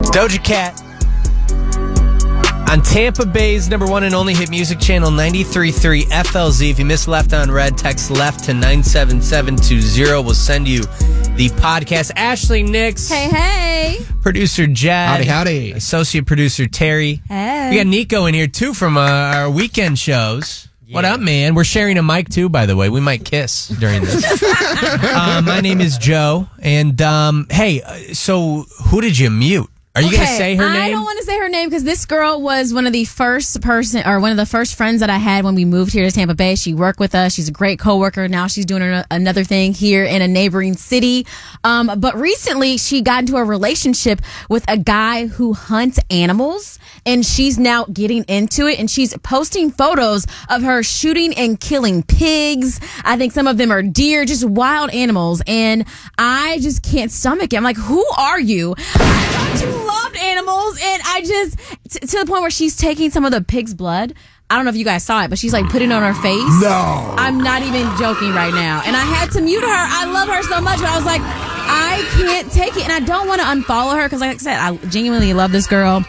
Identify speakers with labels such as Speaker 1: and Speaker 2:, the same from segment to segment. Speaker 1: It's Doja Cat on Tampa Bay's number one and only hit music channel 93.3 FLZ. If you miss Left on Red, text left to 97720. We'll send you the podcast. Ashley Nix,
Speaker 2: Hey, hey.
Speaker 1: producer Jed,
Speaker 3: Howdy, howdy.
Speaker 1: associate producer Terry.
Speaker 2: Hey.
Speaker 1: We got Nico in here too from uh, our weekend shows. What up, man? We're sharing a mic too, by the way. We might kiss during this. uh, my name is Joe, and um, hey, uh, so who did you mute? Are you gonna
Speaker 2: Okay,
Speaker 1: say her
Speaker 2: I
Speaker 1: name?
Speaker 2: don't want to say her name because this girl was one of the first person or one of the first friends that I had when we moved here to Tampa Bay. She worked with us. She's a great coworker. Now she's doing an- another thing here in a neighboring city. Um, but recently she got into a relationship with a guy who hunts animals and she's now getting into it and she's posting photos of her shooting and killing pigs. I think some of them are deer, just wild animals. And I just can't stomach it. I'm like, who are you? I thought you loved animals, and I just t- to the point where she's taking some of the pig's blood. I don't know if you guys saw it, but she's like putting it on her face.
Speaker 3: No.
Speaker 2: I'm not even joking right now. And I had to mute her. I love her so much, but I was like, I can't take it, and I don't want to unfollow her because, like I said, I genuinely love this girl.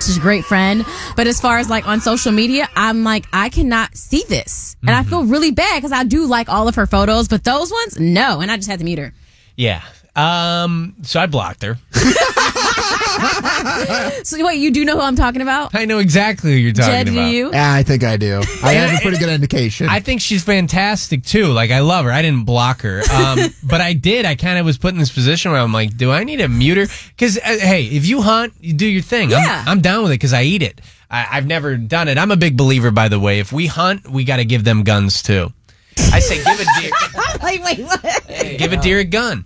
Speaker 2: She's a great friend, but as far as like on social media, I'm like I cannot see this, and I feel really bad because I do like all of her photos, but those ones, no. And I just had to mute her.
Speaker 1: yeah. Um, so I blocked her.
Speaker 2: So wait, you do know who I'm talking about?
Speaker 1: I know exactly who you're talking
Speaker 2: Jed, do
Speaker 1: about.
Speaker 2: you?
Speaker 3: Yeah, I think I do. I have a pretty good indication.
Speaker 1: I think she's fantastic too. Like I love her. I didn't block her, um, but I did. I kind of was put in this position where I'm like, do I need to mute her? Because uh, hey, if you hunt, you do your thing.
Speaker 2: Yeah.
Speaker 1: I'm, I'm down with it because I eat it. I, I've never done it. I'm a big believer, by the way. If we hunt, we got to give them guns too. I say give a deer,
Speaker 2: like, wait, what?
Speaker 1: give a deer a gun.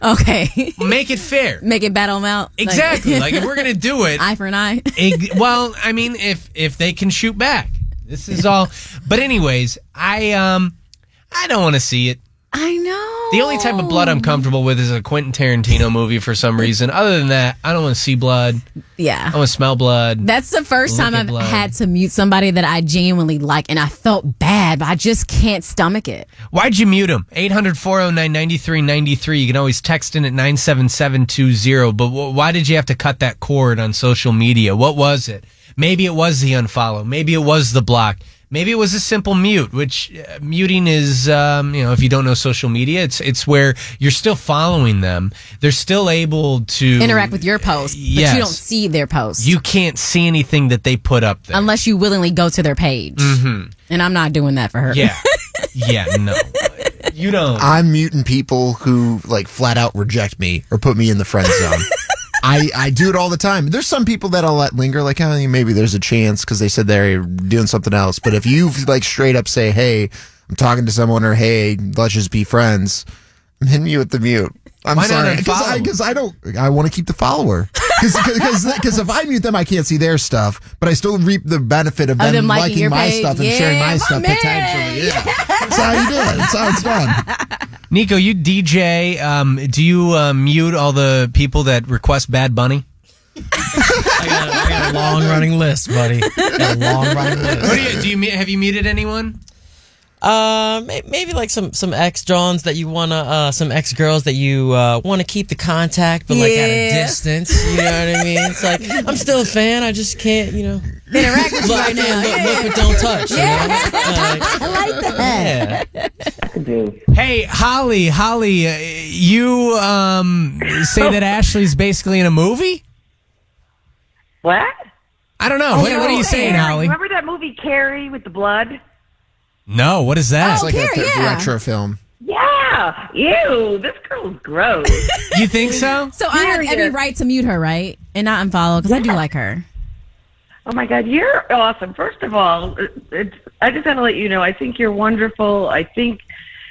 Speaker 2: Okay.
Speaker 1: Make it fair.
Speaker 2: Make it battle mount. Like,
Speaker 1: Exactly. Like if we're gonna do it,
Speaker 2: eye for an eye.
Speaker 1: Ex- well, I mean, if if they can shoot back, this is all. But anyways, I um, I don't want to see it.
Speaker 2: I know.
Speaker 1: The only type of blood I'm comfortable with is a Quentin Tarantino movie for some reason. Other than that, I don't want to see blood. I
Speaker 2: Yeah.
Speaker 1: want to smell blood.
Speaker 2: That's the first
Speaker 1: Look
Speaker 2: time
Speaker 1: at
Speaker 2: I've
Speaker 1: blood.
Speaker 2: had to mute somebody that I genuinely like, and I felt bad, but I just can't stomach it.
Speaker 1: Why'd you mute him? 800 409 9393. You can always text in at 97720. But wh- why did you have to cut that cord on social media? What was it? Maybe it was the unfollow. Maybe it was the block. Maybe it was a simple mute, which uh, muting is, um, you know, if you don't know social media, it's it's where you're still following them. They're still able to
Speaker 2: Interact with your post, but
Speaker 1: Yes.
Speaker 2: you don't see their post
Speaker 1: You can't see anything that they put up there.
Speaker 2: unless you willingly go to their page. Mm-hmm. And I'm not doing that for her.
Speaker 1: Yeah. Yeah, no. You don't.
Speaker 3: I'm muting people who like flat out reject me or put me in the friend zone. I, I do it all the time. There's some people that I'll let linger, like oh, maybe there's a chance because they said they're doing something else. But if you like straight up say, "Hey, I'm talking to someone," or "Hey, let's just be friends," I'm hitting you with the mute. I'm
Speaker 1: Why not
Speaker 3: sorry because
Speaker 1: unfollow
Speaker 3: I,
Speaker 1: 'em?
Speaker 3: because I don't I want to keep the follower because if I mute them, I can't see their stuff, but I still reap the benefit of
Speaker 2: Of
Speaker 3: them,
Speaker 2: them liking
Speaker 3: liking
Speaker 2: your
Speaker 3: my
Speaker 2: page.
Speaker 3: stuff and
Speaker 2: Yeah,
Speaker 3: sharing my,
Speaker 2: my
Speaker 3: stuff
Speaker 2: man.
Speaker 3: potentially. Yeah. that's how you do it. That's how it's done.
Speaker 1: Nico, you DJ. Um, do you uh, mute all the people that request Bad Bunny?
Speaker 4: I got, I got a long running list, buddy. Got a long running list.
Speaker 1: What do you do? You mu- have you muted anyone?
Speaker 4: Uh, may- maybe like some some ex Johns that you wanna uh some ex girls that you uh want to keep the contact, but like at a
Speaker 2: Yeah.
Speaker 4: distance. You know what I mean? It's like I'm still a fan. I just can't, you know.
Speaker 2: Interact with you
Speaker 4: Look,
Speaker 2: right
Speaker 4: look,
Speaker 2: now.
Speaker 4: look,
Speaker 2: Yeah.
Speaker 4: look, but don't touch. you know? Like,
Speaker 2: I like that.
Speaker 4: yeah.
Speaker 1: Hey, Holly, Holly, uh, you um, say that Ashley's basically in a movie.
Speaker 5: What? Oh,
Speaker 1: I don't know. what, what are you saying,
Speaker 5: Carrie,
Speaker 1: Holly?
Speaker 5: Remember that movie Carrie with the blood?
Speaker 1: No, what is that?
Speaker 2: Oh,
Speaker 3: It's like
Speaker 2: Here,
Speaker 3: a th-
Speaker 2: yeah.
Speaker 3: retro film.
Speaker 5: Yeah. Ew, this girl's gross.
Speaker 1: you think so?
Speaker 2: So I have every
Speaker 5: Period.
Speaker 2: right to mute her, right? And not unfollow because I do like her.
Speaker 5: oh my God, you're awesome. First of all, it- it's, I just want to let you know I think you're wonderful. I think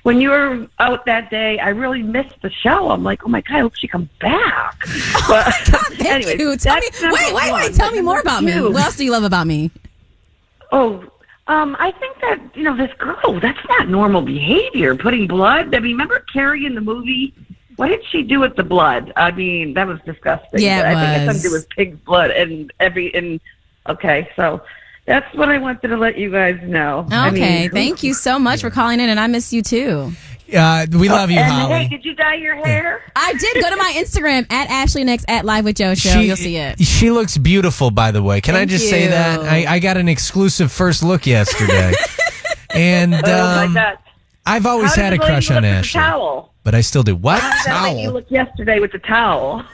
Speaker 5: when you were out that day, I really missed the show. I'm like, oh my god, I hope she comes back. But
Speaker 2: Thank
Speaker 5: anyways,
Speaker 2: you. Tell me,
Speaker 5: that's number
Speaker 2: wait, wait,
Speaker 5: one.
Speaker 2: wait. Tell
Speaker 5: But
Speaker 2: me more
Speaker 5: number
Speaker 2: about me.
Speaker 5: two-
Speaker 2: What else do you love about me?
Speaker 5: Oh, um, I think that you know this girl. That's not normal behavior. Putting blood. I mean, remember Carrie in the movie? What did she do with the blood? I mean, that was disgusting.
Speaker 2: Yeah, it
Speaker 5: but I think it had
Speaker 2: was.
Speaker 5: something to do with pig's blood and every and okay. So that's what I wanted to let you guys know.
Speaker 2: Okay, thank you so much for calling in, and I miss you too.
Speaker 1: Uh, we love you,
Speaker 5: and hey,
Speaker 1: Holly.
Speaker 5: did you dye your hair?
Speaker 2: I did go to my Instagram at Ashley Next at Live with Joe Show. You'll see it.
Speaker 1: She looks beautiful, by the way. Can I
Speaker 2: Thank
Speaker 1: just say
Speaker 2: you.
Speaker 1: that I, I got an exclusive first look yesterday, and um,
Speaker 5: oh my god!
Speaker 1: I've always
Speaker 5: How did
Speaker 1: had
Speaker 5: the
Speaker 1: a
Speaker 5: lady
Speaker 1: crush
Speaker 5: look
Speaker 1: on
Speaker 5: with the
Speaker 1: Ashley,
Speaker 5: Towel.
Speaker 1: but I still do. What?
Speaker 5: That lady
Speaker 3: Towel?
Speaker 5: looked yesterday with the towel.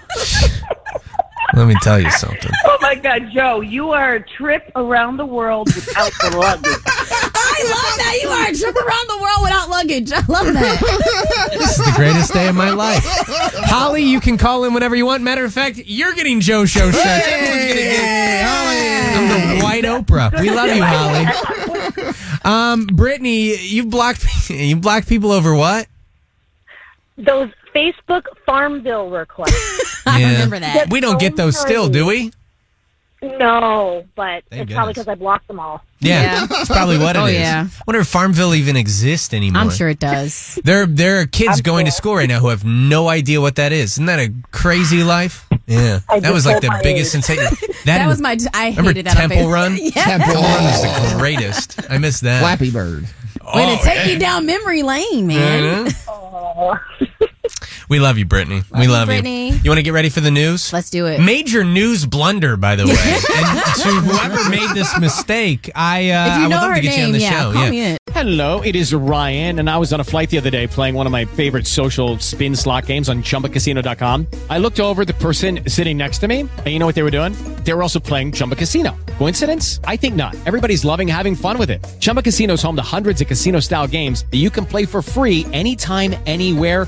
Speaker 1: Let me tell you something.
Speaker 5: Oh my God, Joe! You are a trip around the world without the luggage.
Speaker 2: I love that you are a trip around the world without luggage. I love that.
Speaker 1: This is the greatest day of my life. Holly, you can call in whenever you want. Matter of fact, you're getting Joe Show shirts. Everyone's gonna get I'm the white Oprah. We love you, Holly. Um, Brittany, you blocked you blocked people over what?
Speaker 6: Those Facebook farm bill requests.
Speaker 2: I
Speaker 1: Yeah.
Speaker 2: remember that.
Speaker 1: We don't get
Speaker 5: Oh
Speaker 1: those still, do we?
Speaker 6: no, but
Speaker 1: Thank
Speaker 6: it's probably
Speaker 1: goodness.
Speaker 6: because I blocked them all.
Speaker 1: Yeah,
Speaker 2: Yeah.
Speaker 1: that's probably what it is.
Speaker 2: Oh, yeah.
Speaker 1: I wonder if Farmville even exists anymore.
Speaker 2: I'm sure it does.
Speaker 1: There, there are kids going to school right now who have no idea what that is. Isn't that a crazy life? Yeah,
Speaker 6: I
Speaker 1: that was
Speaker 6: just
Speaker 1: like
Speaker 6: told
Speaker 1: the
Speaker 6: my
Speaker 1: biggest
Speaker 6: age.
Speaker 1: sensation. That,
Speaker 2: That
Speaker 1: and-
Speaker 2: was my. I
Speaker 1: remember
Speaker 2: hated that. on
Speaker 1: Temple
Speaker 2: Facebook.
Speaker 1: Run.
Speaker 2: Yeah.
Speaker 3: Temple Oh,
Speaker 1: That was
Speaker 3: Run.
Speaker 1: the greatest. I missed that.
Speaker 3: Flappy Bird.
Speaker 2: Way to
Speaker 1: Oh, yeah.
Speaker 2: take you down memory lane, man.
Speaker 1: Mhm. we love you, Brittany. we
Speaker 2: you,
Speaker 1: love you.
Speaker 2: Brittany.
Speaker 1: You want to get ready for the news?
Speaker 2: Let's do it.
Speaker 1: Major news blunder, by the way. and to whoever made this mistake, I uh,
Speaker 2: if
Speaker 1: I
Speaker 2: you
Speaker 1: would
Speaker 2: know
Speaker 1: love
Speaker 2: her
Speaker 1: to get you on
Speaker 2: name,
Speaker 1: the
Speaker 2: yeah,
Speaker 1: show.
Speaker 2: call
Speaker 1: yeah.
Speaker 2: me in.
Speaker 7: Hello, it is Ryan, and I was on a flight the other day playing one of my favorite social spin slot games on chumbacasino.com. I looked over at the person sitting next to me, and you know what they were doing? They were also playing Chumba Casino. Coincidence? I think not. Everybody's loving having fun with it. Chumba Casino is home to hundreds of casino style games that you can play for free anytime, anywhere,